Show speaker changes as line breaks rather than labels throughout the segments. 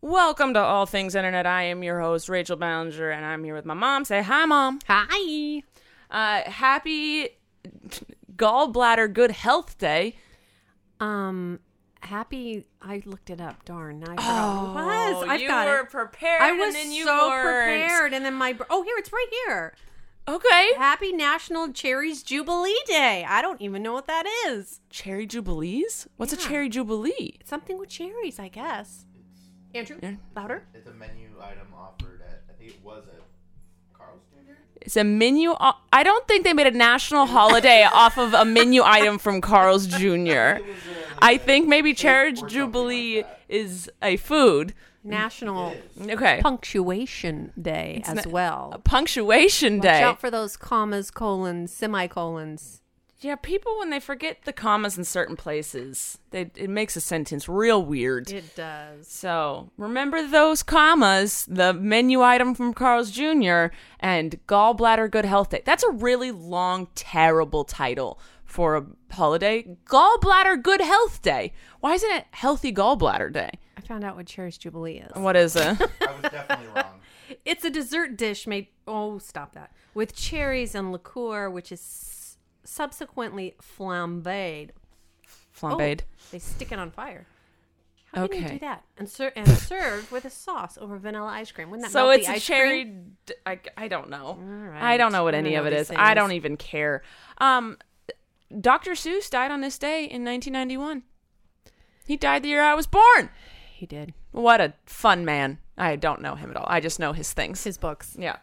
Welcome to All Things Internet. I am your host, Rachel Ballinger, and I'm here with my mom. Say hi, mom.
Hi.
Uh, happy gallbladder good health day.
Um, happy. I looked it up. Darn, now I forgot what it was.
Oh,
I've
you
got
were
it.
prepared.
I
and
was
then you
so
weren't.
prepared, and then my br- oh, here it's right here.
Okay.
Happy National Cherries Jubilee Day. I don't even know what that is.
Cherry jubilees? What's a
Yeah.
cherry jubilee?
It's something with cherries, I guess. Andrew,
Yeah.
louder.
It's a menu item offered at I think it was at Carl's Jr.
It's a menu. o- I don't think they made a national holiday off of a menu item from Carl's Jr. I think maybe cherry jubilee is a food.
National
Okay.
Punctuation Day as
A
well.
punctuation day.
Watch out for those commas, colons, semicolons.
Yeah, people when they forget the commas in certain places, they, it makes a sentence real weird.
It does.
so remember those commas, the menu item from Carl's Jr. and gallbladder good health day. That's a really long, terrible title for a holiday. Gallbladder good health day. Why isn't it healthy gallbladder day?
I found out what Cherries Jubilee is.
What is it?
I was definitely wrong.
It's a dessert dish made. Oh, stop that! With cherries and liqueur, which is s- subsequently flambéed. Oh,
Flambéed.
they stick it on fire. How can you
Okay.
do that? And, ser- and served with a sauce over vanilla ice cream. Wouldn't that
so
melt the
it's a
ice
cherry
cream?
d- I, I don't know
All
i don't know what
right. I
any
don't
of
know
it is
these
i
things.
don't even care um dr seuss died on this day in 1991 he died the year i was born
He did
what a fun man i don't know him at all i just know his things
his books.
yeah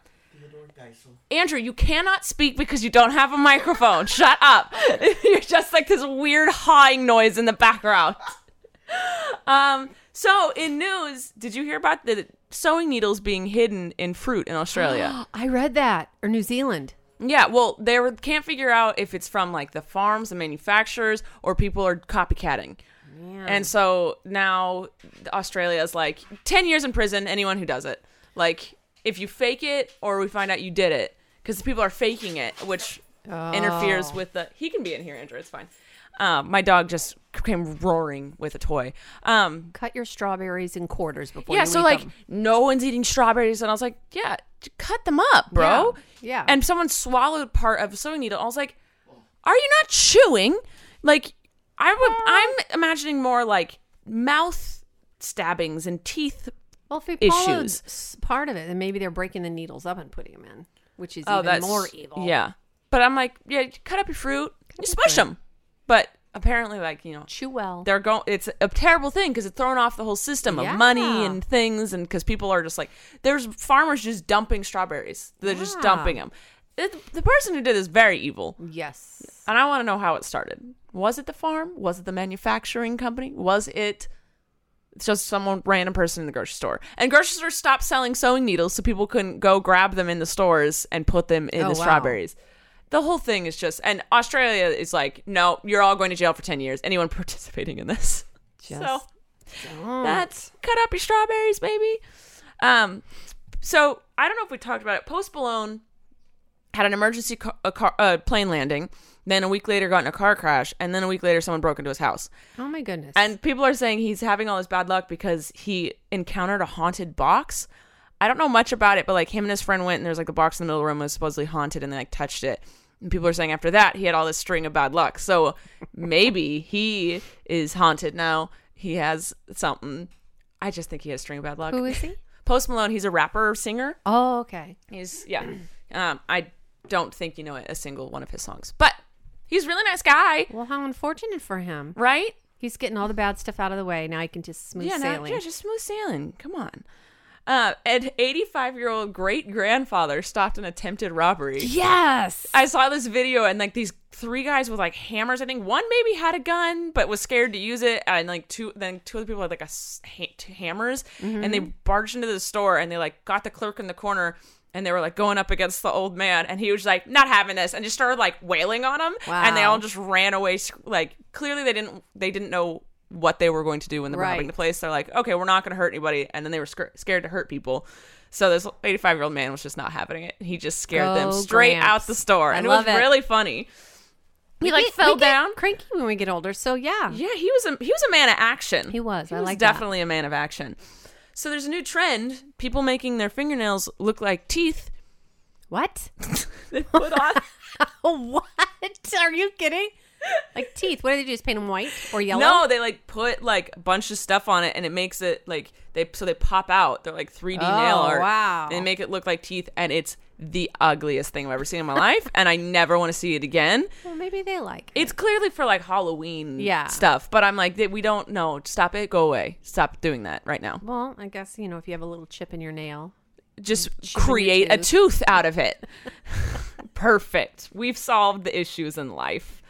Andrew, you cannot speak because you don't have a microphone. Shut up. You're just like this weird hawing noise in the background. Um, so in news, did you hear about the sewing needles being hidden in fruit in Australia?
I read that or New Zealand.
Yeah, well, they were, can't figure out if it's from like the farms, the manufacturers, or people are copycatting. And so now Australia's like 10 years in prison, anyone who does it. Like, if you fake it or we find out you did it, because people are faking it, which interferes with the. He can be in here, Andrew, it's fine. Um, my dog just came roaring with a toy. Um,
Cut your strawberries in quarters before.
yeah,
you
so
eat
like
them.
no one's eating strawberries, and I was like, yeah, j- cut them up, bro.
Yeah, yeah.
And someone swallowed part of a sewing needle. I was like, are you not chewing? Like, I would. I'm imagining more like mouth stabbings and teeth.
well, if we followed
issues.
s- part of it, then maybe they're breaking the needles up and putting them in, which is
Oh,
even
that's
more evil.
Yeah, but I'm like, yeah, cut up your fruit, you
your
smush
fruit.
them. But apparently, like you know,
chew well.
they're going it's a terrible thing because it's thrown off the whole system of
Yeah.
money and things and because people are just like there's farmers just dumping strawberries they're just
Yeah.
dumping them it, the person who did this is very evil
yes.
and i want to know how it started was it the farm was it the manufacturing company was it just someone random person in the grocery store and grocery stores stopped selling sewing needles so people couldn't go grab them in the stores and put them in
Oh,
the
wow.
strawberries the whole thing is just and australia is like no you're all going to jail for 10 years anyone participating in this so
Just
that's cut up your strawberries, baby. Um, so I don't know if we talked about it. Post Malone had an emergency car, a car, uh, plane landing. Then a week later, got in a car crash, and then a week later, someone broke into his house.
Oh my goodness.
And people are saying he's having all this bad luck because he encountered a haunted box. I don't know much about it, but like him and his friend went, and there's like a box in the middle of the room was supposedly haunted, and they like touched it. And people are saying after that he had all this string of bad luck. So maybe he is haunted now. He has something. I just think he has string of bad luck.
who is he?
Post Malone. He's a rapper, singer.
Oh, okay.
He's yeah. Um, I don't think you know a single one of his songs, but he's a really nice guy,
Well, how unfortunate for him.
right?
He's getting all the bad stuff out of the way. Now he can just smooth
yeah, no,
sailing.
yeah, just smooth sailing. Come on. Uh, an 85 year old great grandfather stopped an attempted robbery.
Yes.
I saw this video and like these three guys with like hammers. I think one maybe had a gun but was scared to use it, and like two then two other people had like a s- ha- two hammers, and
Mm-hmm.
they barged into the store and they like got the clerk in the corner. And they were like going up against the old man, and he was like not having this, and just started like wailing on him. And they
Wow.
all just ran away. sc- Like clearly they didn't they didn't know what they were going to do when they were robbing
Right.
the place. They're like, okay, we're not going to hurt anybody, and then they were sc- scared to hurt people. So this 85 year old man was just not having it. He just scared them
Go
straight
Gramps.
out the store,
I
and
love
it was
it.
really funny. He like
get-
fell
we get
down.
Cranky when we get older. So yeah.
Yeah, he was a he was a man of action.
He was. I like that.
definitely a man of action. So there's a new trend: people making their fingernails look like teeth.
What?
They put on.
what?
Are you kidding? Like teeth. What do they do? Just paint them white or yellow?
no, they like put like a bunch of stuff on it, and it makes it like they so they pop out. They're like 3D nail
Oh,
art.
wow.
And make it look like teeth, and it's the ugliest thing I've ever seen in my life, and I never want to see it again.
Well, maybe they like.
It's clearly for like Halloween
Yeah.
stuff, but I'm like, we don't know. Stop it. Go away. Stop doing that right now.
Well, I guess you know if you have a little chip in your nail.
Just
Chipping your
create a tooth out of it. Perfect. We've solved the issues in life.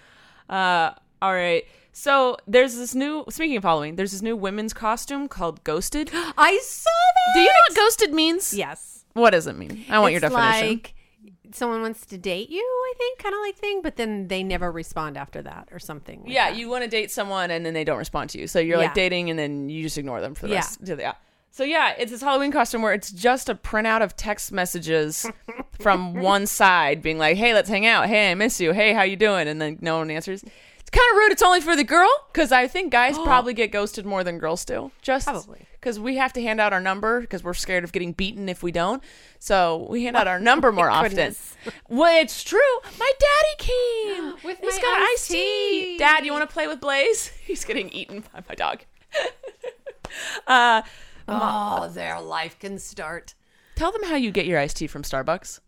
Uh, all right. So there's this new, speaking of Halloween, there's this new women's costume called Ghosted. Do
I saw that.
you know what Ghosted means?
Yes.
What does it mean? I want your
It's
definition.
Like someone wants to date you, I think, kind of like thing, but then they never respond after that or something. like
Yeah,
that.
you want to date someone and then they don't respond to you. So you're like
Yeah.
dating and then you just ignore them for the
Yeah.
rest. Yeah. So yeah, it's this Halloween costume where it's just a printout of text messages from one side being like, "Hey, let's hang out. Hey, I miss you. Hey, how you doing?" And then no one answers. It's kind of rude. It's only for the girl because I think guys probably get ghosted more than girls do. Just
Probably.
because we have to hand out our number because we're scared of getting beaten if we don't. So we hand out our number more often.
goodness.
Well, it's true. My daddy came
With
He's
my
got
iced
iced tea.
tea.
Dad, you want to play with Blaze? He's getting eaten by my dog. uh,
Oh, their life can start.
tell them how you get your iced tea from Starbucks.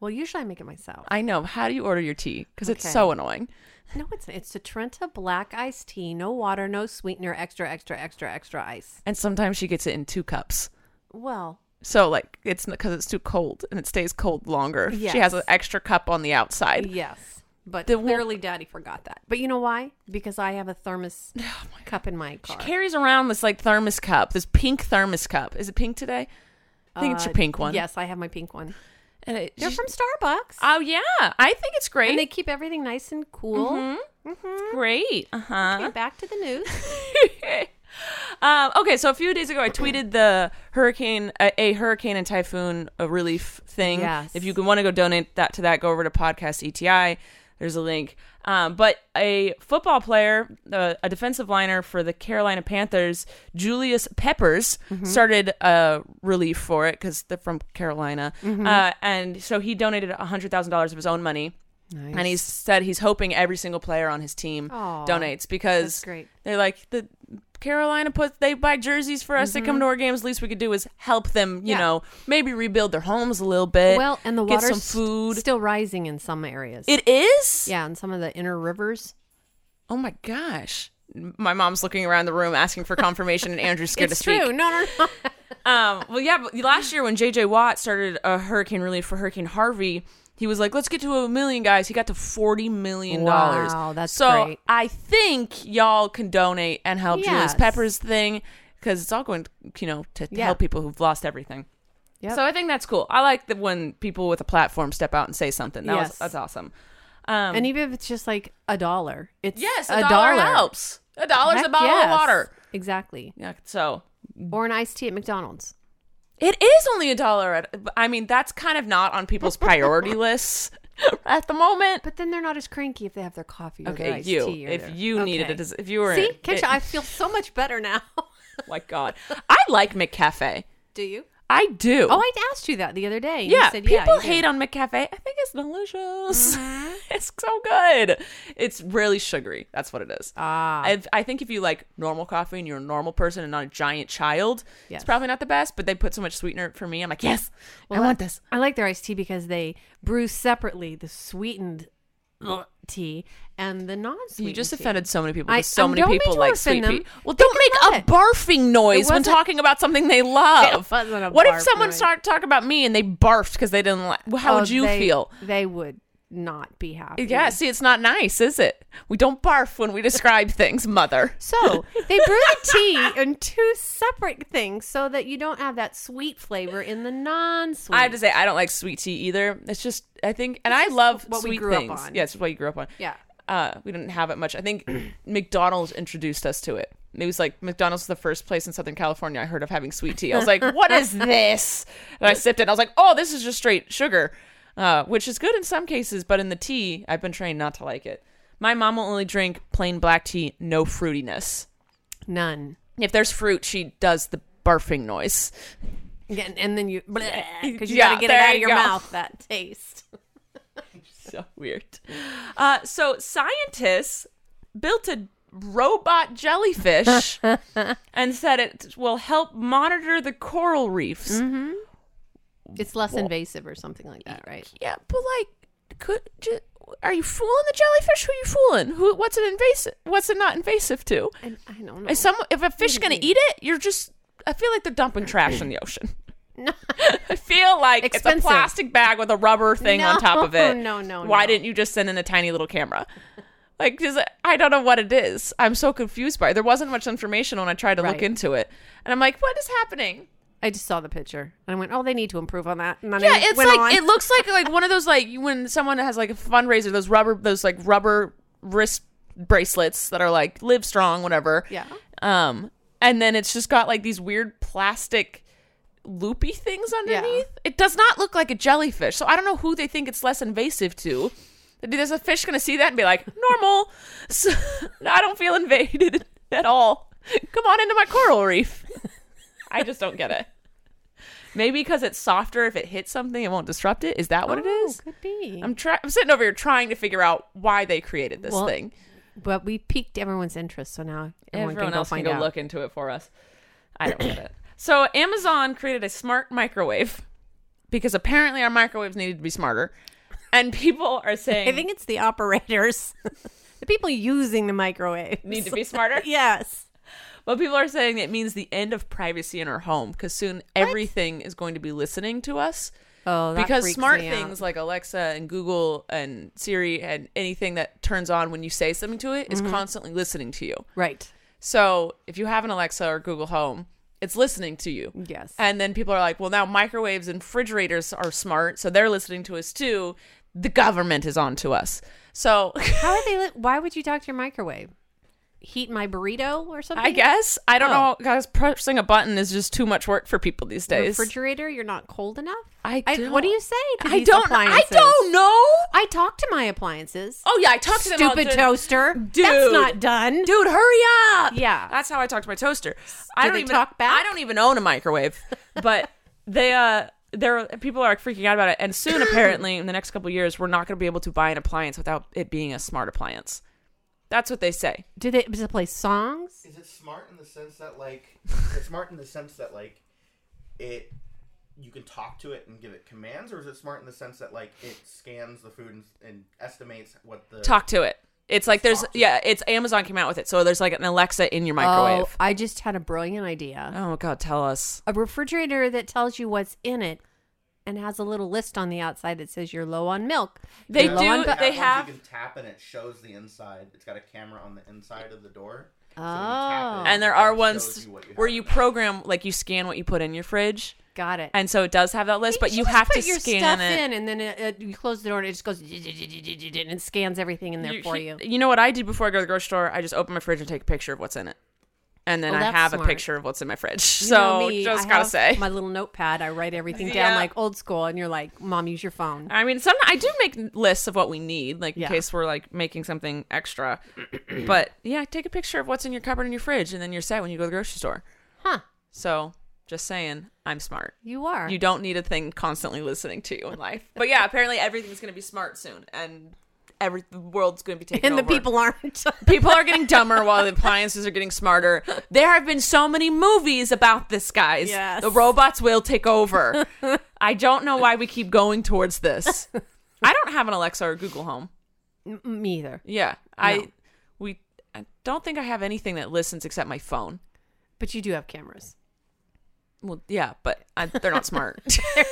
Well, usually I make it myself.
I know. How do you order your tea? Because it's
Okay.
so annoying.
No, it's it's a Trenta black iced tea, no water, no sweetener, extra, extra, extra, extra ice.
And sometimes she gets it in two cups.
Well,
So like it's because it's too cold and it stays cold longer. She has
Yes.
an extra cup on the outside.
yes, but
The wo-
clearly Daddy forgot that. But you know why? Because I have a thermos
Oh
cup in my car.
Carries around this like thermos cup, this pink thermos cup. Is it pink today? I think it's your
Uh,
pink one.
Yes, I have my pink one.
And it,
They're
she-
from Starbucks,
oh yeah, I think it's great.
and they keep everything nice and cool.
Mm-hmm. great. Uh huh.
Okay, back to the news.
Um, okay, so a few days ago, I tweeted the hurricane, a, a hurricane and typhoon uh, relief thing.
Yes.
If you want to go donate that to that, go over to podcast ETI. There's a link. Um, but a football player, uh, a defensive liner for the Carolina Panthers, Julius Peppers,
Mm-hmm.
started uh, relief for it because they're from Carolina,
Mm-hmm.
uh, and so he donated hundred thousand dollars of his own money. And he said he's hoping every single player on his team
Aw,
donates because
that's great.
they're like the Carolina puts they buy jerseys for us. They come to our games. Least we could do is help them. You
Mm-hmm. Yeah.
know, maybe rebuild their homes a little bit.
well, and the
get
water's
some food.
still rising in some areas.
it is.
yeah, in some of the inner rivers.
Oh my gosh. My mom's looking around the room asking for confirmation, and Andrew's scared
It's
to speak.
true. No, no, no.
Um, well, yeah, but last year when JJ Watt started a hurricane relief for Hurricane Harvey, he was like, let's get to a million guys. He got to $40 million.
Wow, that's
so
great.
I think y'all can donate and help Julius
Yes.
Peppers thing because it's all going, you know, to
Yeah.
help people who've lost everything.
Yep.
So I think that's cool. I like that when people with a platform step out and say something. That was,
Yes.
that's awesome. Um,
and even if it's just like a dollar, it's
yes, a, dollar, helps. A dollar's a
Heck
bottle of
yes.
water.
Exactly.
Yeah, so
Or an iced tea at McDonald's.
It is only a dollar. At, I mean, that's kind of not on people's priority lists at the moment.
But then they're not as cranky if they have their coffee or their
Okay,
iced
you.
tea. Or
If
their-
you needed it,
Okay.
as- if you were
See,
in,
Kitcha,
it-
I feel so much better now.
Oh my God, I like McCafe.
do you?
I do.
Oh, I asked you that the other day. and
yeah. Mm-hmm.
you said,
people
you do.
hate on McCafe. I think it's delicious. it's so good. It's really sugary. That's what it is. Ah. I, I think if you like normal coffee and you're a normal person and not a giant child,
Yes.
it's probably not the best. But they put so much sweetener for me. I'm like, yes, I want this.
I like their iced tea because they brew separately the sweetened tea and the non-sweet.
You just offended so many people.
I-
because so
I
many
don't mean
people
to
like sweet pea.
offend them.
Well,
Think
don't make
about
a
it.
barfing noise when
wasn't-
talking about something they love.
wasn't a
what if
barf
someone
noise.
started talking about me and they barfed because they didn't like? Well, how would you feel?
Oh, They would not be happy.
Yeah, see, it's not nice, is it? We don't barf when we describe things, mother.
So they brew the tea in two separate things so that you don't have that sweet flavor in the non-sweet.
I have to say, I don't like sweet tea either. It's just, I think, and I love
what we
sweet
grew up
things.
on.
Yeah, it's what you grew up on.
yeah.
Uh, we didn't have it much. I think McDonald's introduced us to it. It was like McDonald's was the first place in Southern California I heard of having sweet tea. I was like, what is this? And I sipped it. And I was like, oh, this is just straight sugar, uh, which is good in some cases, but in the tea, I've been trained not to like it. My mom will only drink plain black tea, no fruitiness.
None.
If there's fruit, she does the barfing noise.
And, and then you because you
Yeah,
gotta get it
there
out
you
of your
go.
mouth that taste.
So weird. Uh, so scientists built a robot jellyfish and said it will help monitor the coral reefs.
It's less invasive or something like that, right?
Yeah, but like, could ju- are you fooling the jellyfish? Who are you fooling? Who? What's it invasive? What's it not invasive to?
I, I don't know.
If some, if a fish gonna eat it, you're just. I feel like they're dumping trash in the ocean. I feel like it's
Expensive.
a plastic bag with a rubber thing on
No,
top of it.
no, no,
Why
no.
didn't you just send in a tiny little camera? Like, 'cause I don't know what it is. I'm so confused by it. There wasn't much information when I tried to look
Right.
into it, and I'm like, what is happening?
I just saw the picture and I went, "Oh, they need to improve on that." And then
Yeah,
I
it's
went
like
on.
it looks like like one of those like when someone has like a fundraiser, those rubber those like rubber wrist bracelets that are like live strong, whatever.
Yeah.
Um, and then it's just got like these weird plastic loopy things underneath. It does not look like a jellyfish, so I don't know who they think it's less invasive to. There's a fish gonna see that and be like, normal. So, I don't feel invaded at all. Come on into my coral reef. I just don't get it. Maybe because it's softer, if it hits something, it won't disrupt it. Is that what it
Oh,
is?
could be.
I'm try- I'm sitting over here trying to figure out why they created this
Well,
thing.
but we piqued everyone's interest, so now everyone,
Everyone
can go
else can
find
go
out.
look into it for us. I don't get it. So Amazon created a smart microwave because apparently our microwaves needed to be smarter, and people are saying
I think it's the operators, the people using the microwave.
need to be smarter.
Yes.
But people are saying it means the end of privacy in our home because soon everything is going to be listening to us.
Oh, that
because
freaks
smart
me out.
things like Alexa and Google and Siri and anything that turns on when you say something to it is
Mm-hmm.
constantly listening to you.
Right.
So if you have an Alexa or Google Home, it's listening to you.
Yes.
And then people are like, well, now microwaves and refrigerators are smart, so they're listening to us too. The government is on to us. So
How are they? Li- why would you talk to your microwave? Heat my burrito or something?
I guess I don't
Oh.
know, guys. Pressing a button is just too much work for people these days.
refrigerator. You're not cold enough.
I
What
don't-
do you say to
I
these
don't. I
appliances?
don't know.
I talk to my appliances.
Oh yeah, I talked to them. all
Stupid
the-
toaster.
Dude.
That's not done.
Dude, hurry up.
Yeah.
That's how I talk to my toaster. I
do
don't
they
even
talk back?
I don't even own a microwave, but they uh there people are freaking out about it and soon apparently in the next couple years we're not going to be able to buy an appliance without it being a smart appliance. That's what they say.
Do they, does it play songs?
Is it smart in the sense that like it's smart in the sense that like it you can talk to it and give it commands, or is it smart in the sense that like it scans the food and, and estimates what the
Talk to it. It's like there's yeah, it's Amazon came out with it. So there's like an Alexa in your
Oh.
microwave.
I just had a brilliant idea.
Oh, god, tell us.
a refrigerator that tells you what's in it and has a little list on the outside that says you're low on milk.
They
you're low
do-
on
They
bu-
have,
they
ones
have-
you can tap and it shows the inside. It's got a camera on the inside of the door. So
Oh.
And there are
shows
ones
you what you
where
have
you
in there.
program like you scan what you put in your fridge.
Got it.
And so it does have that list, but you
just
have
put
to
your
scan
stuff
it.
in, and then it, it- you close the door, and it just goes and it scans everything in there for you.
You know what I do before I go to the grocery store? I just open my fridge and take a picture of what's in it. And then
Oh,
I
that's
have a
smart.
picture of what's in my fridge.
You
so
know me,
just
I
gotta
have
say.
my little notepad. I write everything down
Yeah. Uh,
like old school, and you're like, "Mom, use your phone."
I mean, some I do make lists of what we need, like in
Yeah.
case we're like making something extra. but yeah, take a picture of what's in your cupboard in your fridge, and then you're set when you go to the grocery store.
Huh?
So just saying, I'm smart.
You are.
You don't need a thing constantly listening to you in life. But yeah, apparently everything's gonna be smart soon, and every the world's gonna be taken.
and the
over.
people aren't.
People are getting dumber while the appliances are getting smarter. There have been so many movies about this, guys.
Yes.
The robots will take over. I don't know why we keep going towards this. I don't have an Alexa or Google Home.
M- me either.
Yeah, I
No.
we I don't think I have anything that listens except my phone.
But you do have cameras.
Well, yeah, but I, they're not smart.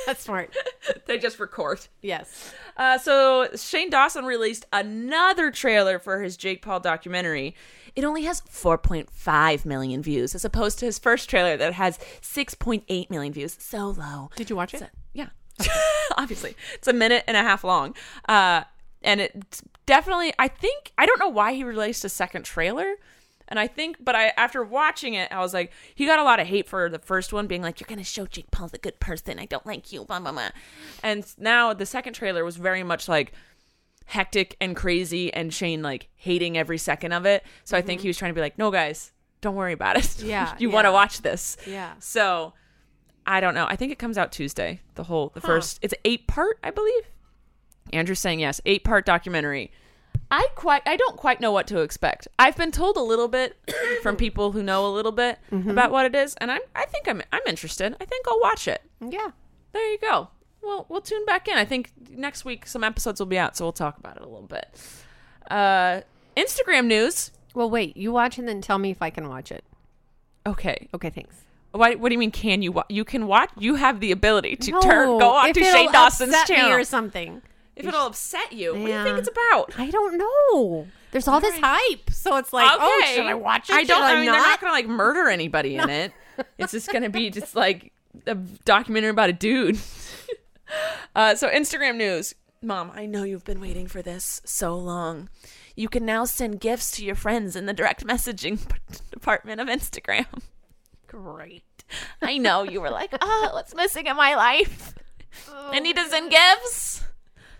That's smart.
they just record.
Yes.
Uh, so Shane Dawson released another trailer for his Jake Paul documentary. It only has 4.5 million views as opposed to his first trailer that has 6.8 million views. So low.
Did you watch it?
Yeah. Obviously. It's a minute and a half long. Uh, and it definitely, I think, I don't know why he released a second trailer. And I think, but I after watching it, I was like, he got a lot of hate for the first one, being like, "You're gonna show Jake Paul's a good person. I don't like you." Blah blah blah. And now the second trailer was very much like hectic and crazy, and Shane like hating every second of it. So I think he was trying to be like, "No, guys, don't worry about it.
Mm-hmm. Yeah,
you want to
yeah.
watch this."
Yeah.
So I don't know. I think it comes out Tuesday. The whole the first it's eight part, I believe. Andrew's saying yes, eight part documentary. I quite I don't quite know what to expect. I've been told a little bit from people who know a little bit about what it is, and I'm I think I'm I'm interested. I think I'll watch it.
Yeah.
There you go. Well, we'll tune back in. I think next week some episodes will be out, so we'll talk about it a little bit. Uh, Instagram news.
Well, wait. You watch and then tell me if I can watch it.
Okay.
Okay, thanks.
Why, what do you mean? Can you? Wa- you can watch. You have the ability to turn go on to Shane Dawson's channel.
or something.
if it'll upset you, what do you
Yeah.
think it's about?
I don't know. There's all this hype, so it's like, oh, should I watch it?
I don't.
Should
I mean, they're not
not?
gonna like murder anybody in it. It's just gonna be just like a documentary about a dude. uh, so Instagram news, Mom. I know you've been waiting for this so long. You can now send gifts to your friends in the direct messaging department of Instagram.
Great.
I know you were like, oh, what's missing in my life? I need to send gifts.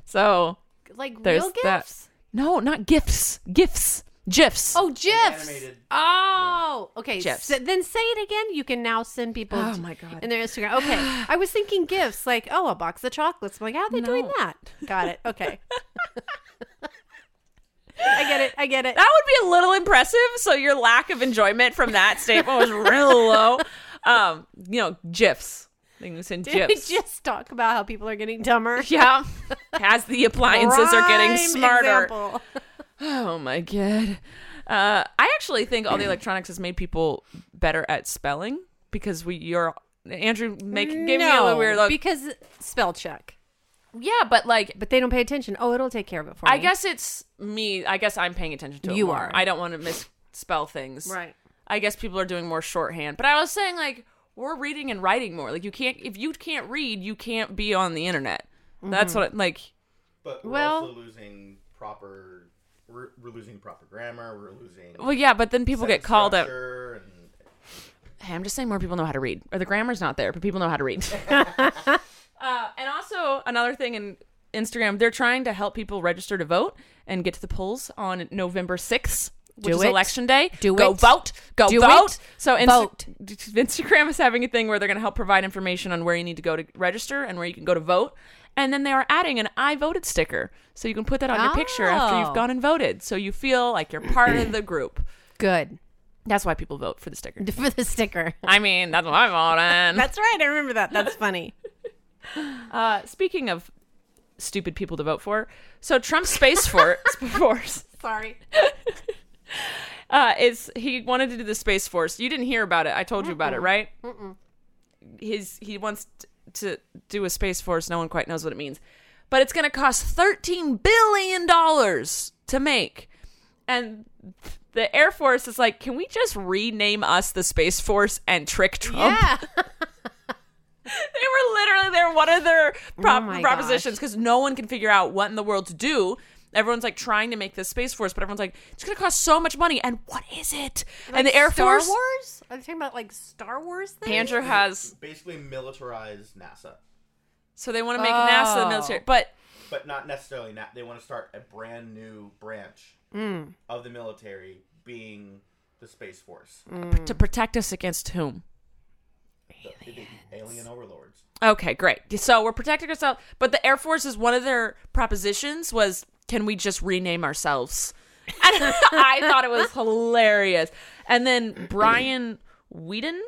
So
Like
there's
real gifts?
that. No, not gifts. Gifts. GIFs.
Oh, gifs.
Animated.
Oh, okay.
Gifs.
So then say it again. You can now send people.
Oh
t-
my God.
In their Instagram. Okay, I was thinking gifts, like oh, a box of chocolates. I'm like, how are they doing
No.
that? Got it. Okay. I get it. I get it.
That would be a little impressive. So your lack of enjoyment from that statement was real low. Um, you know, GIFs. Things in
Did we
GIFs.
just talk about how people are getting dumber?
yeah. As the appliances are getting
Prime
smarter.
example.
Oh my god. Uh, I actually think all the electronics has made people better at spelling because we you're Andrew make gave me a
No,
little weird look.
because spell check.
yeah, but like
But they don't pay attention. Oh, it'll take care of it for
I
me.
guess it's me. I guess I'm paying attention to it
You
more.
are.
I don't want to misspell things.
Right.
I guess people are doing more shorthand. But I was saying like we're reading and writing more. Like you can't if you can't read, you can't be on the internet. That's what like
But we're
Well-
also losing proper. We're, we're losing proper grammar. We're losing.
well yeah, but then people get
sentence
called out.
structure and-
Hey, I'm just saying more people know how to read. Or the grammar's not there, but people know how to read. uh, and also another thing in Instagram, they're trying to help people register to vote and get to the polls on November 6th. Which
Do
is
it.
election day.
Do
go
it.
vote. Go
Do
vote.
it.
So Insta-
Vote.
Instagram is having a thing where they're going to help provide information on where you need to go to register and where you can go to vote. And then they are adding an I voted sticker. So you can put that on your picture after
Oh.
you've gone and voted. So you feel like you're part of the group.
Good
That's why people vote for the sticker.
for the sticker.
I mean, that's what I'm on.
That's right. I remember that. That's funny.
uh, speaking of stupid people to vote for, so Trump's space for, force
Sorry.
uh, is he wanted to do the space force. You didn't hear about it. I told you about it, right? His he wants t- to do a space force. No one quite knows what it means, but it's going to cost thirteen billion dollars to make, and. The Air Force is like, can we just rename us the Space Force and trick Trump?
Yeah.
They were literally they're one of their prop-
Oh my
propositions because no one can figure out what in the world to do. Everyone's like trying to make this space force, but everyone's like, it's gonna cost so much money, and what is it? and the Air
Star
Force.
Wars? Are they talking about like Star Wars thing?
Andrew has
basically militarized NASA,
so they want to make NASA the
Oh.
military, but
but not necessarily. Na- they want to start a brand new branch
Mm.
of the military, being the space force,
Mm.
Oh.
to protect us against whom?
The- the- the alien overlords.
Okay, great. So we're protecting ourselves, but the Air Force is one of their propositions was can we just rename ourselves? And I thought it was hilarious. And then Brian Whedon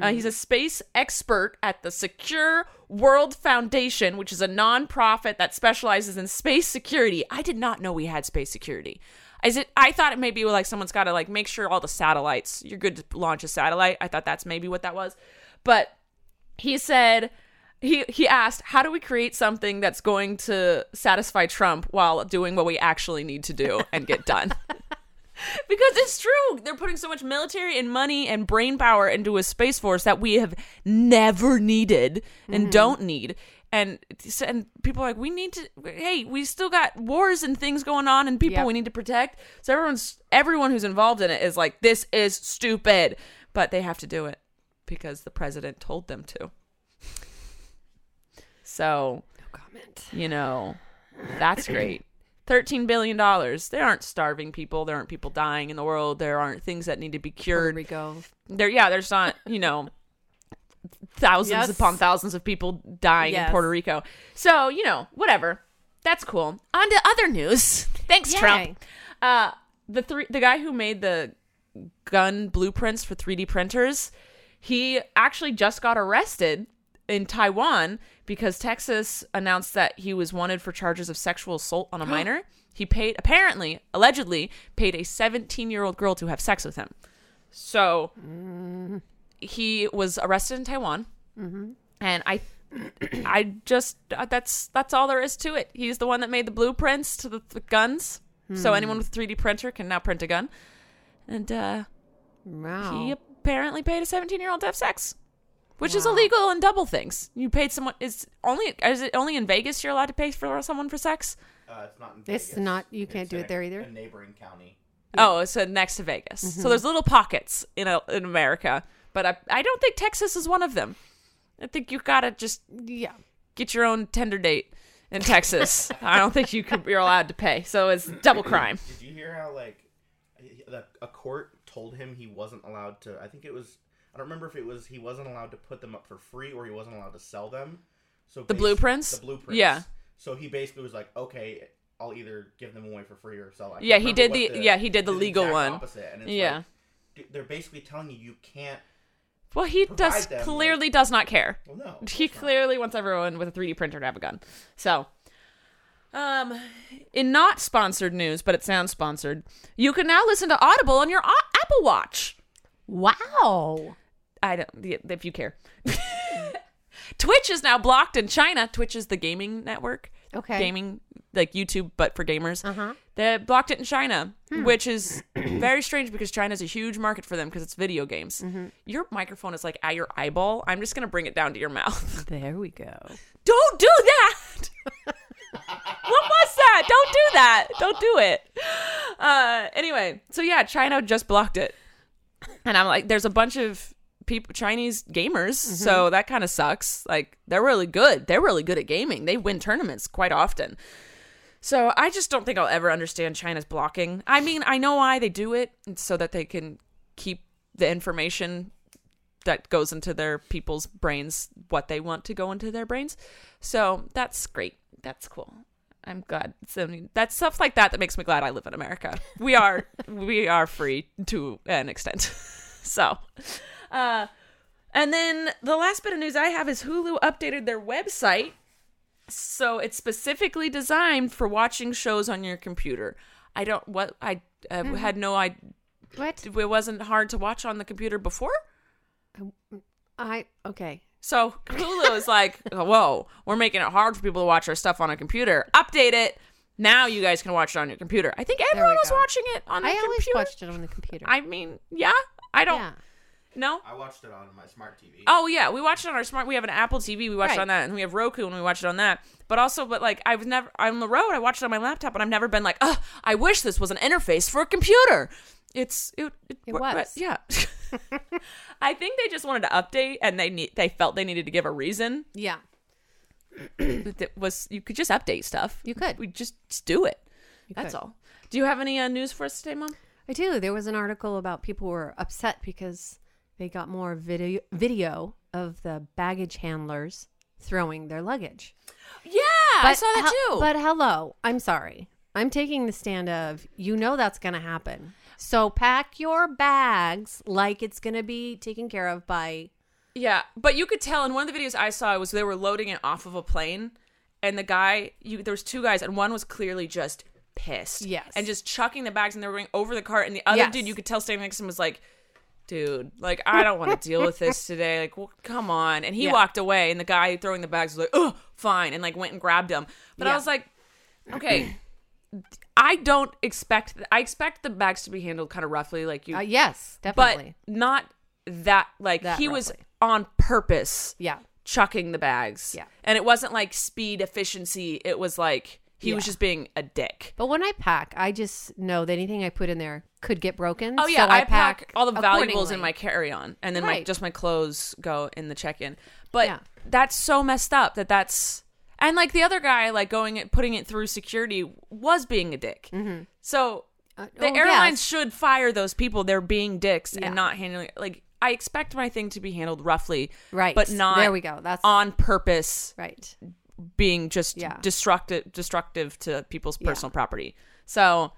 Uh, he's a space expert at the Secure World Foundation, which is a nonprofit that specializes in space security. I did not know we had space security. Is it? I thought it maybe like someone's got to like make sure all the satellites you're good to launch a satellite. I thought that's maybe what that was, but he said he he asked how do we create something that's going to satisfy Trump while doing what we actually need to do and get done because it's true they're putting so much military and money and brain power into a space force that we have never needed and don't need and and people are like we need to hey we still got wars and things going on and people
Yep.
we need to protect so everyone's everyone who's involved in it is like this is stupid but they have to do it because the president told them to so
Oh, Comment.
you know, that's great. Thirteen billion dollars. There aren't starving people. There aren't people dying in the world. There aren't things that need to be
Here
cured.
we go.
There, yeah, there's not, you know, thousands
Yes.
upon thousands of people dying in
Yes.
Puerto Rico. So you know, whatever. That's cool. On to other news. Thanks,
Yay.
Trump. Uh, the three, the guy who made the gun blueprints for 3D printers, he actually just got arrested in Taiwan because Texas announced that he was wanted for charges of sexual assault on a minor. He paid, apparently, allegedly, paid a 17 year old girl to have sex with him. So he was arrested in Taiwan, and I, I just uh, that's that's all there is to it. He's the one that made the blueprints to the, the guns, so anyone with a 3D printer can now print a gun. And uh,
Wow.
he apparently paid a 17 year old to have sex, which is illegal in double things. You paid someone is only is it only in Vegas you're allowed to pay for someone for sex?
Uh, it's not in
It's
Vegas.
not- you
It's
can't do
in
it
a-
there either?
A neighboring county.
Oh, it's so next to Vegas. So there's little pockets in a, in America, but I I don't think Texas is one of them. I think you gotta just
Yeah.
get your own Tinder date in Texas. I don't think you could, you're allowed to pay, so it's double crime.
Did you hear how like the, a court told him he wasn't allowed to? I think it was. I don't remember if it was he wasn't allowed to put them up for free or he wasn't allowed to sell them. So the
blueprints?
The blueprints.
Yeah.
So he basically was like, okay, I'll either give them away for free or sell. I can't
Yeah, he
remember
did
what
the- yeah, he did the legal
exact
one.
Opposite, and it's
Yeah.
like, d- they're basically telling you you can't.
Well, he
Provide
does
them, like-
clearly does not care.
Well, no. of
he
course not.
clearly wants everyone with a 3D printer to have a gun. So, um, in not sponsored news, but it sounds sponsored, you can now listen to Audible on your Au- Apple Watch.
Wow.
I don't, if you care. Twitch is now blocked in China. Twitch is the gaming network.
Okay.
Gaming, like YouTube, but for gamers. Uh-huh. They blocked it in China, which is very strange because China's a huge market for them because it's video games. Your microphone is like at your eyeball. I'm just going to bring it down to your mouth.
There we go.
Don't do that. what was that? Don't do that. Don't do it. Uh, anyway, so yeah, China just blocked it, and I'm like, there's a bunch of people, Chinese gamers, so that kind of sucks. Like they're really good. They're really good at gaming. They win tournaments quite often. So I just don't think I'll ever understand China's blocking. I mean, I know why they do it, it's so that they can keep the information that goes into their people's brains what they want to go into their brains. So that's great. That's cool. I'm glad. So that's stuff like that that makes me glad I live in America. We are we are free to an extent. so, uh, and then the last bit of news I have is Hulu updated their website so it's specifically designed for watching shows on your computer. I don't what I uh, had no I
What?
it wasn't hard to watch on the computer before.
I okay.
So Hulu is like, whoa, we're making it hard for people to watch our stuff on a computer. Update it. Now you guys can watch it on your computer. I think everyone was
go.
watching it on the
I
computer.
always watched it on the computer.
I mean, yeah. I don't
yeah.
know.
I watched it on my smart TV.
Oh yeah, we watch it on our smart. We have an Apple TV. We watch
Right.
it on that, and we have Roku, and we watch it on that. But also, but like I've never on the road. I watched it on my laptop, and I've never been like, Ugh, I wish this was an interface for a computer. It's it. It,
It
wor-
was.
but- yeah. I think they just wanted to update, and they need they felt they needed to give a reason.
Yeah.
That was you could just update stuff.
You could.
We just, just do it. That's
could.
all. Do you have any uh, news for us today, Mom?
I do. There was an article about people were upset because they got more video video of the baggage handlers throwing their luggage.
Yeah, I saw that
hel-
too.
But hello, I'm sorry. I'm taking the stand of you know that's going to happen. So pack your bags like it's going to be taken care of by
Yeah, but you could tell in one of the videos I saw was they were loading it off of a plane, and the guy, you, there was two guys, and one was clearly just pissed,
Yes.
and just chucking the bags, and they were going over the cart, and the other
Yes.
dude you could tell standing next to him was like, "Dude, like I don't want to deal with this today. Like, well, come on." And he
Yeah.
walked away, and the guy throwing the bags was like, "Oh, fine," and like went and grabbed him. But I
Yeah.
was like, okay. I don't expect. I expect the bags to be handled kind of roughly, like you
Uh, yes,
but
definitely.
not that like
That
he was
roughly.
on purpose
yeah.
chucking the bags
Yeah.
and it wasn't like speed efficiency it was like he was
Yeah.
just being a dick
But when I pack, I just know that anything I put in there could get broken.
oh yeah
so
i, pack, all the valuables
accordingly.
in my carry-on and then my
Right.
just my clothes go in the check-in but
Yeah.
that's so messed up that that's and like the other guy like going it putting it through security was being a dick
Mm-hmm.
so
Uh,
the
oh,
airlines
yes.
should fire those people. They're being dicks
Yeah.
and not handling like I expect my thing to be handled roughly,
Right.
But not
There we go. That's-
on purpose,
Right.
being just
Yeah.
destructive, destructive to people's personal property. So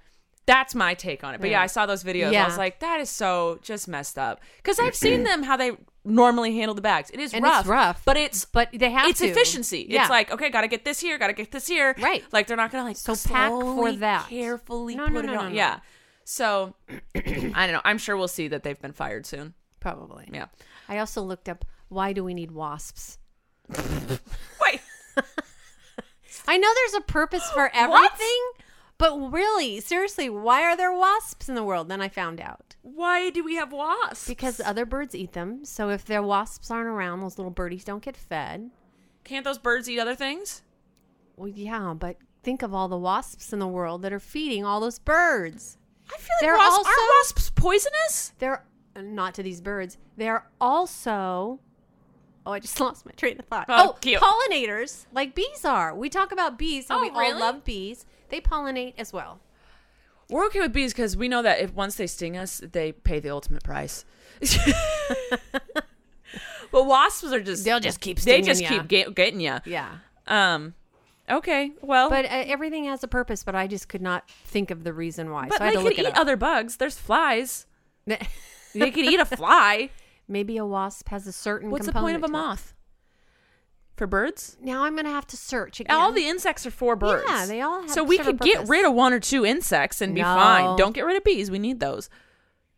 that's my take on it. But yeah, I saw those videos. I
Yeah.
was like, that is so just messed up because I've seen them how they normally handle the bags. It is
And
rough,
it's rough.
but it's
But they have
it's
to.
efficiency.
Yeah.
It's like okay, gotta get this here, gotta get this here.
Right.
Like they're not gonna like
So pack for
slowly,
that.
carefully.
No,
put
no,
it
no, no,
on.
no.
Yeah. So I don't know. I'm sure we'll see that they've been fired soon.
Probably.
Yeah.
I also looked up why do we need wasps?
Wait.
I know there's a purpose for
What?
everything, but really, seriously, why are there wasps in the world? Then I found out.
Why do we have wasps?
Because other birds eat them. So if their wasps aren't around, those little birdies don't get fed.
can't those birds eat other things?
Well, yeah, but think of all the wasps in the world that are feeding all those birds.
I feel like
They're
wasps
also-
aren't wasps poisonous.
They're not to these birds. They're also Oh, I just lost my train of thought.
Oh, cute.
pollinators, like bees are. We talk about bees, and
Oh,
we
really?
all love bees. They pollinate as well.
We're okay with bees because we know that if once they sting us, they pay the ultimate price. but wasps are just
They'll just keep
they
stinging
just
ya.
keep get, getting you.
Yeah.
Um. Okay. Well,
But uh, everything has a purpose, but I just could not think of the reason why.
but
so I
they
had to
could
look
eat
it up.
other bugs. There's flies. They could eat a fly.
Maybe a wasp has a certain
What's the point of a
component to it.
moth? For birds?
Now I'm going to have to search again.
All the insects are for birds.
Yeah, they all have
So we
serve a
could get
purpose.
rid of one or two insects and be
No.
fine. Don't get rid of bees. We need those.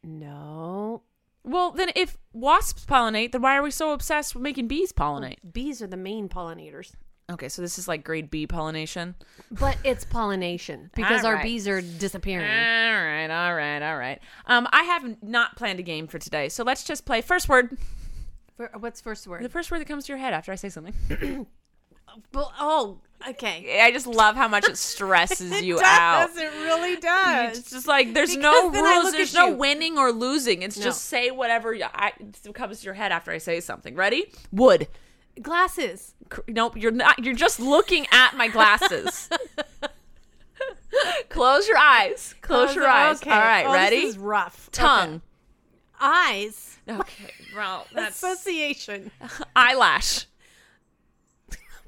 No.
Well, then if wasps pollinate, then why are we so obsessed with making bees pollinate?
Bees are the main pollinators.
Okay, so this is like grade B pollination.
But it's pollination because our
Alright. Uh,
bees are disappearing.
All right, all right, all right. Um, I have not planned a game for today, so let's just play first word.
For- What's first
The
word?
first word that comes to your head after I say something.
Well, oh, okay.
I just love how much it stresses you out.
it really
It's just like there's no
Because then I
rules.
look
There's
at
no
you.
winning or losing. It's
No.
just say whatever you- I, comes to your head after I say something. Ready? Wood.
Glasses.
C- Nope. You're not. You're just looking at my glasses. Close your eyes. Close your eyes.
Okay.
All right.
Oh,
ready?
This is rough.
Tongue.
Okay. Eyes.
Okay. Well, that's
Association.
eyelash.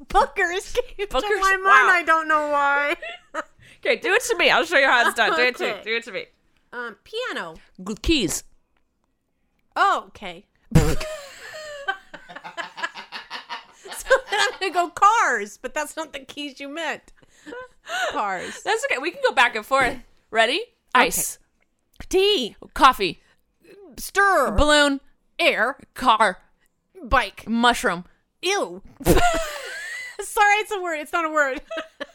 Bookers came to
Bookers?
my mind.
Wow.
I don't know why.
Okay. Do it to me. I'll show you how it's done. Do it to me.
Okay.
Do it to me.
um, piano.
G- Keys.
Oh, okay. so then I'm gonna go cars, but that's not the keys you meant. Cars.
That's okay. We can go back and forth. Ready? Ice.
Tea.
Coffee.
Stir.
Balloon.
air.
Car.
Bike.
Mushroom.
Ew. Sorry, it's a word. It's not a word.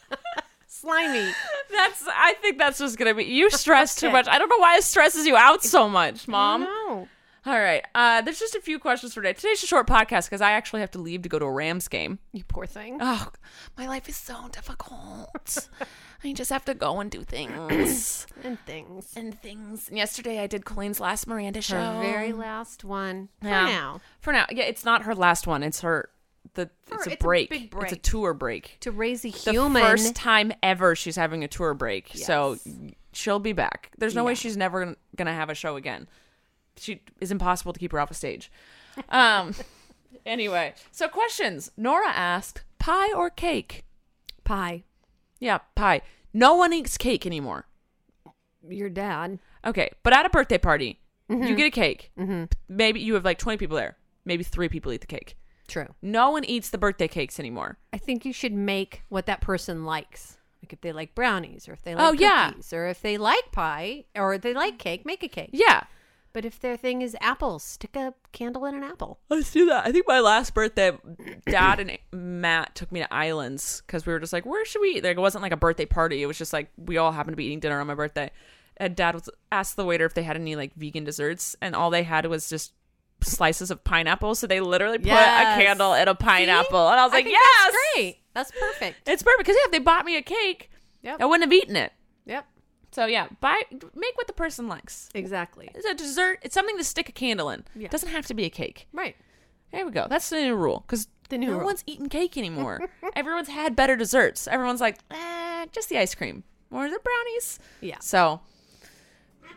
Slimy.
That's. I think that's just gonna be. You stress too
Okay.
much. I don't know why it stresses you out so much,
Um,
Mom.
No.
All right. Uh, there's just a few questions for today. Today's a short podcast because I actually have to leave to go to a Rams game.
You poor thing.
Oh, my life is so difficult. I just have to go and do things
and things.
and things. And yesterday I did Colleen's last Miranda show.
Her very last one. um, For
Yeah.
now.
For now, yeah, it's not her last one. It's her. The it's a
it's a
break.
big
It's a
break.
tour break.
To raise a
The
human.
first time ever she's having a tour break. So
Yes.
she'll be back. There's no way
Yeah.
she's never gon- gonna have a show again. She is impossible to keep her off a stage. Um. anyway, so questions. Nora asked, "Pie or cake?"
pie.
Yeah, pie. No one eats cake anymore.
Your dad. Mm-hmm.
Okay, but at a birthday party, you get a cake. Maybe you have like 20 people there. maybe three people eat the cake.
True.
No one eats the birthday cakes anymore.
I think you should make what that person likes. Like if they like brownies or if they like
Oh, yeah.
cookies or if they like pie or if they like cake, make a cake.
Yeah.
But if their thing is apples, stick a candle in an apple.
Let's do that. I think my last birthday, Dad and Matt took me to Islands because we were just like, where should we eat? Like, it wasn't like a birthday party. It was just like we all happened to be eating dinner on my birthday, and Dad was asked the waiter if they had any like vegan desserts, and all they had was just slices of pineapple. So they literally put
Yes.
a candle in a pineapple, and I was like,
think
yes,
that's great. That's perfect.
It's perfect because yeah, if they bought me a cake,
Yep.
I wouldn't have eaten it.
Yep.
So yeah, buy make what the person likes.
Exactly.
It's a dessert. It's something to stick a candle in.
Yeah.
Doesn't have to be a cake.
Right.
There we go. That's the new rule because
The new
no
rule.
one's eating cake anymore. Everyone's had better desserts. Everyone's like, eh, just the ice cream or the brownies.
Yeah.
So,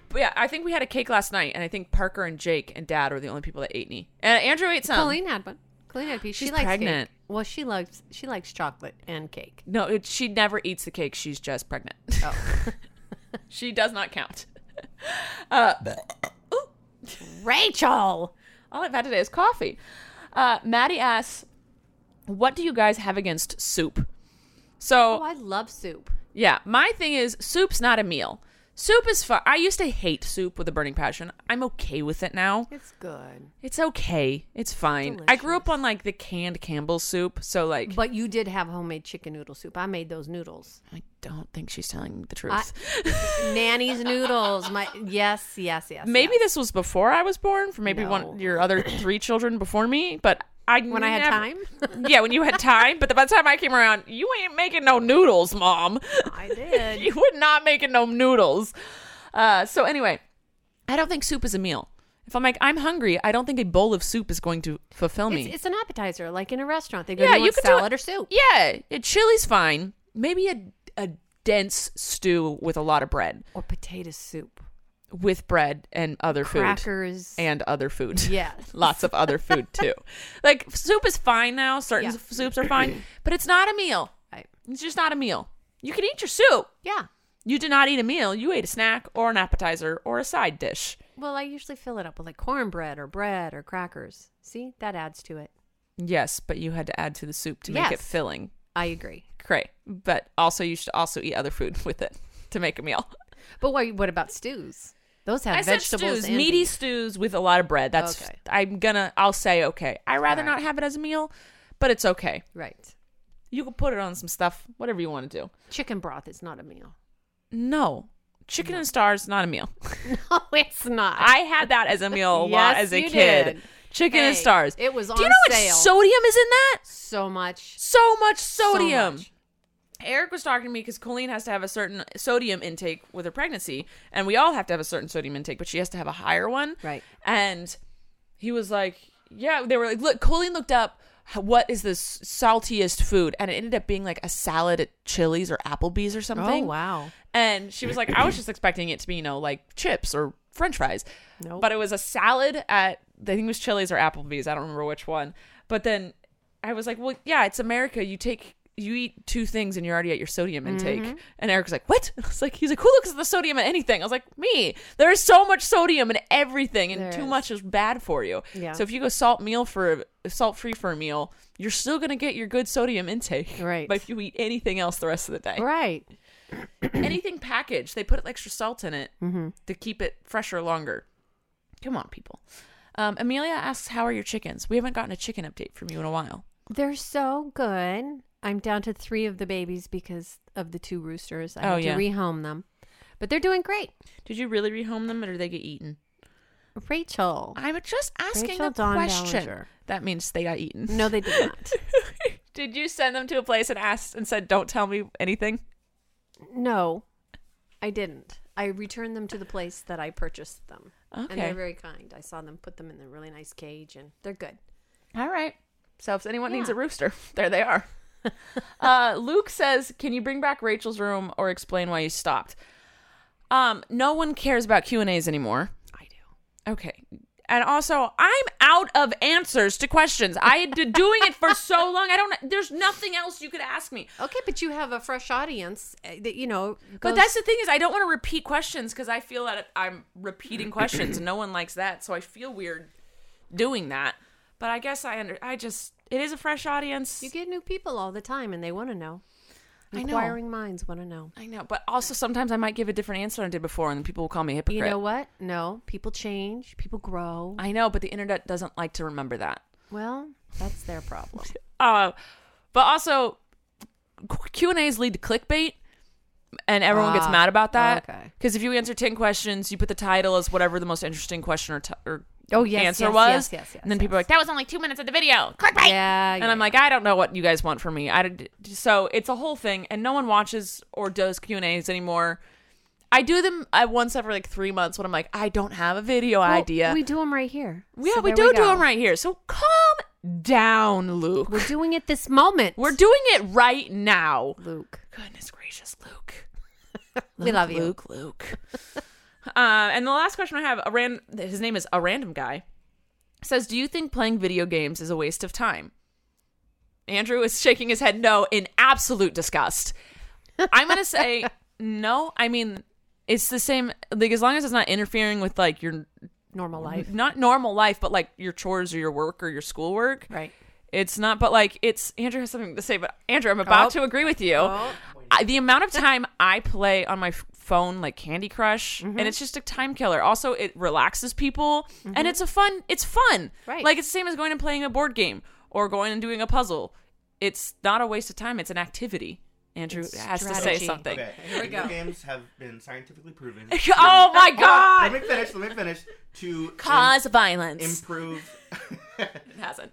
but yeah, I think we had a cake last night, and I think Parker and Jake and Dad were the only people that ate any. And Andrew ate some.
Colleen had one. Colleen had a piece.
Um, She's
she likes
pregnant.
Cake. Well, she loves she likes chocolate and cake.
No, it, she never eats the cake. She's just pregnant.
Oh.
she does not count. Uh,
Rachel.
All I've had today is coffee. Uh, Maddie asks, "What do you guys have against soup?" So
Oh, I love soup.
Yeah, my thing is soup's not a meal. Soup is fun. I used to hate soup with a burning passion. I'm okay with it now.
It's good.
It's okay. It's fine. I grew up on like the canned Campbell's soup, so like
But you did have homemade chicken noodle soup. I made those noodles.
I don't think she's telling the truth.
I- Nanny's noodles. My yes, yes, yes.
maybe this was before I was born, for maybe
No.
one your other three children before me, but I
when I had time.
yeah, when you had time, but by the time I came around, you ain't making no noodles, mom.
I did.
you would not make it no noodles. Uh, so anyway, I don't think soup is a meal. If I'm like I'm hungry, I don't think a bowl of soup is going to fulfill me.
It's, it's an appetizer, like in a restaurant. They go, yeah,
Yeah, you
you, want
could do
salad
it-
or soup.
yeah, a chili's fine. Maybe a a dense stew with a lot of bread,
Or potato soup.
with bread and other food,
Crackers.
and other food.
Yeah.
lots of other food too. Like soup is fine now. Certain
Yeah.
soups are fine, but it's not a meal.
Right.
It's just not a meal. You can eat your soup.
Yeah.
You did not eat a meal. You ate a snack or an appetizer or a side dish.
Well, I usually fill it up with like cornbread or bread or crackers. See, that adds to it.
Yes, but you had to add to the soup to make it
Yes.
filling.
I agree.
Great. But also, you should also eat other food with it to make a meal.
But what, what about stews? Those have
I said
vegetables
stews,
and
meaty
beef.
stews with a lot of bread. That's
Okay.
I'm gonna. I'll say okay. I rather not have it as a meal, but it's okay.
Right.
You can put it on some stuff, whatever you want to do.
Chicken broth is not a meal.
No, chicken and stars not a meal.
No, it's not.
I had that as a meal a lot
Yes,
as a
you
kid.
did.
Chicken and
Hey,
stars.
it was
Do you
on
know
sale.
what sodium is in that?
so much
So much sodium.
much.
Eric was talking to me because Colleen has to have a certain sodium intake with her pregnancy, and we all have to have a certain sodium intake, but she has to have a higher one.
Right.
And he was like, "Yeah." They were like, "Look." Colleen looked up h- what is the s- saltiest food, and it ended up being like a salad at Chili's or Applebee's or something.
Oh wow.
And she was like, "I was just expecting it to be, you know, like chips or French fries."
Nope.
But it was a salad at I think it was Chili's or Applebee's. I don't remember which one. But then I was like, well, yeah, it's America. You take you eat two things and you're already at your sodium intake.
Mm-hmm.
And Eric was like, what? I was like, he's like, who looks at the sodium in anything? I was like, me. There is so much sodium in everything, and
There
too
is.
much is bad for you.
Yeah.
So if you go salt meal for salt free for a meal, you're still gonna get your good sodium intake.
Right.
But if you eat anything else the rest of the day,
Right.
anything packaged, they put extra salt in it
Mm-hmm.
to keep it fresher longer. Come on, people. Um, Amelia asks, "How are your chickens?" We haven't gotten a chicken update from you in a while.
They're so good. I'm down to three of the babies because of the two roosters. I
Oh,
had
yeah.
to rehome them. But they're doing great.
Did you really rehome them, or did they get eaten?
Rachel.
I'm just asking
Rachel
a
Dawn
question.
Ballinger.
That means they got eaten.
No, they did not.
Did you send them to a place and asked and said, "Don't tell me anything"?
no, I didn't. I returned them to the place that I purchased them. And
Okay.
they're very kind. I saw them put them in a really nice cage and they're good.
All right. So if anyone needs a
Yeah.
rooster, there they are. uh, Luke says, "Can you bring back Rachel's room or explain why you stopped?" Um, no one cares about Q and A's anymore.
I do.
Okay. And also, I'm out of answers to questions. I had been doing it for so long. I don't. There's nothing else you could ask me.
Okay, but you have a fresh audience uh, that, you know.
But
goes-
that's the thing is, I don't want to repeat questions because I feel that I'm repeating questions, and no one likes that. So I feel weird doing that. But I guess I under I just it is a fresh audience.
You get new people all the time, and they want to know.
I know.
Inquiring minds want to know.
I know, but also sometimes I might give a different answer than I did before, and then people will call me a hypocrite.
You know what? No, people change. People grow.
I know, but the internet doesn't like to remember that.
Well, that's their problem.
Uh, but also, Q and A's lead to clickbait, and everyone gets
Ah,
mad about that.
okay.
Because if you answer ten questions, you put the title as whatever the most interesting question or, t- or
Oh, yes,
answer
yes,
was,
yes, yes, yes,
and then people are
yes.
like, "That was only two minutes of the video, clickbait."
yeah,
and I'm like, I don't know what you guys want from me. I did- so it's a whole thing, and no one watches or does Q and A's anymore. I do them at once every like three months when I'm like, I don't have a video
Well,
idea.
We do them right here.
yeah,
So
we
there
do do
go.
them right here. So calm down, Luke.
We're doing it this moment.
We're doing it right now.
Luke.
Goodness gracious, Luke.
we love you.
Luke, Luke. uh, and the last question I have, a ran- his name is a random guy, says, "Do you think playing video games is a waste of time?" Andrew is shaking his head no in absolute disgust. I'm gonna say no. I mean, it's the same. Like as long as it's not interfering with like your
Normal life.
not normal life, but like your chores or your work or your schoolwork.
Right.
It's not, but like it's Andrew has something to say. But Andrew, I'm about
Oh.
to agree with you. I, the amount of time I play on my f- phone, like Candy Crush,
Mm-hmm.
and it's just a time killer. Also, it relaxes people, and it's a fun. It's fun.
Mm-hmm. Right.
Like it's the same as going and playing a board game or going and doing a puzzle. It's not a waste of time. It's an activity. Andrew has to say
strategy.
something.
Okay,
Here we
video
go.
games have been scientifically proven.
Oh my
Let
god!
me finish. Let me finish. To
Cause violence.
improve,
it hasn't.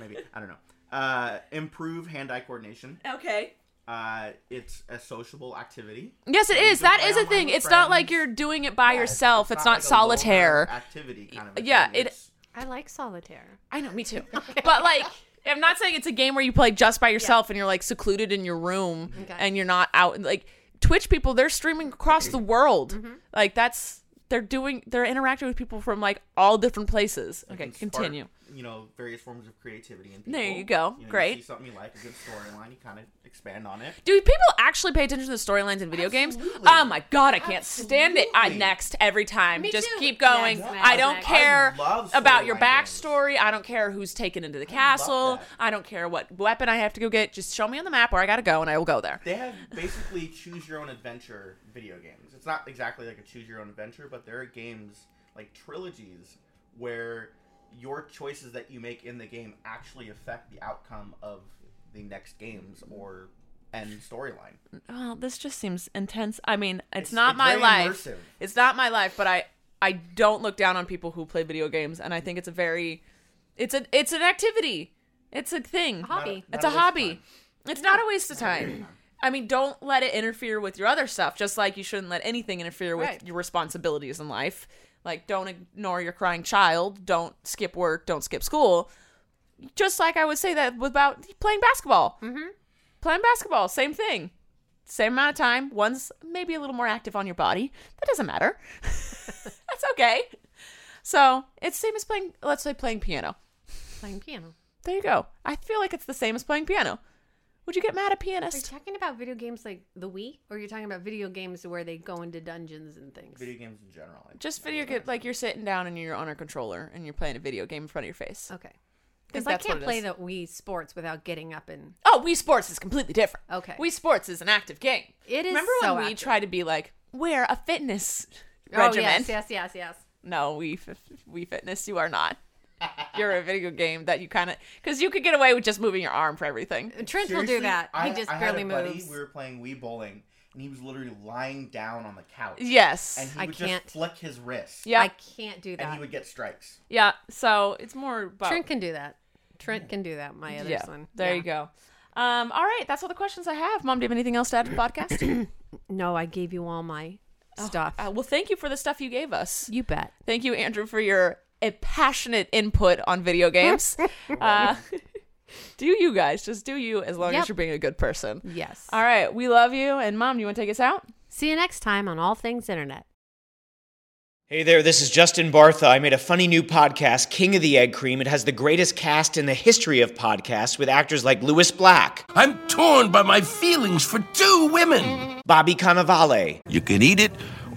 maybe I don't know. Uh, improve hand-eye coordination.
okay.
Uh, it's a sociable activity.
Yes, it
You
is.
can
That
play
is a
online
thing.
with
It's not like
friends.
you're doing it by
Yeah,
yourself. It's, not,
like a loner
solitaire.
activity kind of. a
Yeah,
thing.
it-
It's-
I like solitaire.
I know, me too. But like, I'm not saying it's a game where you play just by yourself and you're like secluded in your room and you're not out. Like Twitch people, they're streaming across the world. Like that's they're doing they're interacting with people from like all different places.
it
Okay,
can spark,
continue.
you know, various forms of creativity in people.
There you go.
know,
Great.
You see something you like, a good storyline, you kind of expand on it.
Do people actually pay attention to the storylines in video games?
Absolutely.
Oh my god, I can't stand it. I
Absolutely.
next every time.
Me
Just
too.
keep going.
Yes,
I don't
Max.
care
I love
about your
storyline games.
backstory. I don't care who's taken into the castle.
that.
I don't care what weapon I have to go get. Just show me on the map where I gotta go, and I will go there.
They have basically choose your own adventure video games. It's not exactly like a choose your own adventure, but there are games like trilogies where your choices that you make in the game actually affect the outcome of the next games or end storyline.
Well, this just seems intense. I mean, it's,
It's-
not
it's
my
very
life.
immersive.
It's not my life, but I I don't look down on people who play video games, and I think it's a very it's a it's an activity. It's a thing.
Hobby.
Not
It's a
waste of
hobby.
time.
It's not a waste of time. I mean, don't let it interfere with your other stuff, just like you shouldn't let anything interfere with
Right.
your responsibilities in life. Like, don't ignore your crying child. Don't skip work. Don't skip school. Just like I would say that about playing basketball. Mm-hmm. Playing basketball, same thing. Same amount of time. One's maybe a little more active on your body. That doesn't matter. That's okay. So it's same as playing, let's say, playing piano.
Playing piano.
There you go. I feel like it's the same as playing piano. Would you get mad at
Are you
pianist?
talking about video games like the Wii, or are you talking about video games where they go into dungeons and things?
Video games in general. I
Just
think.
video game, like you're sitting down and you're on a controller and you're playing a video game in front of your face.
Okay,
Because
because I can't play the Wii sports without getting up and
Oh, Wii Sports is completely different.
Okay.
Wii Sports is an active game.
It is
Remember
so
when we
active.
tried to be like, we're a fitness
Oh
regimen?
yes, yes, yes, yes.
No, we f- we fitness. You are not. You're a video game that you kind of because you could get away with just moving your arm for everything.
Trent will do
Seriously,
that.
I-
he just
I had a
barely
buddy,
moves.
We were playing Wii bowling, and he was literally lying down on the couch.
Yes.
And he
I
would
can't.
just flick his wrist.
yeah.
I can't do
And he
that.
would get strikes.
yeah. So it's more about
Trent can do that. Trent can do that. My other
Oh. yeah.
son.
There you go. Um, all right, that's all the questions I have. Mom, do you have anything else to add to the podcast?
No, I gave you all my stuff.
uh, well, thank you for the stuff you gave us.
Oh, you bet.
Thank you, Andrew, for your uh, passionate input on video games. uh, do you guys just do you as long as
Yep.
you're being a good person?
Yes.
All right, we love you. And Mom, do you want to take us out?
See you next time on All Things Internet.
Hey there, this is Justin Bartha. I made a funny new podcast, King of the Egg Cream. It has the greatest cast in the history of podcasts with actors like Louis Black,
I'm torn by my feelings for two women.
Bobby Cannavale,
You can eat it,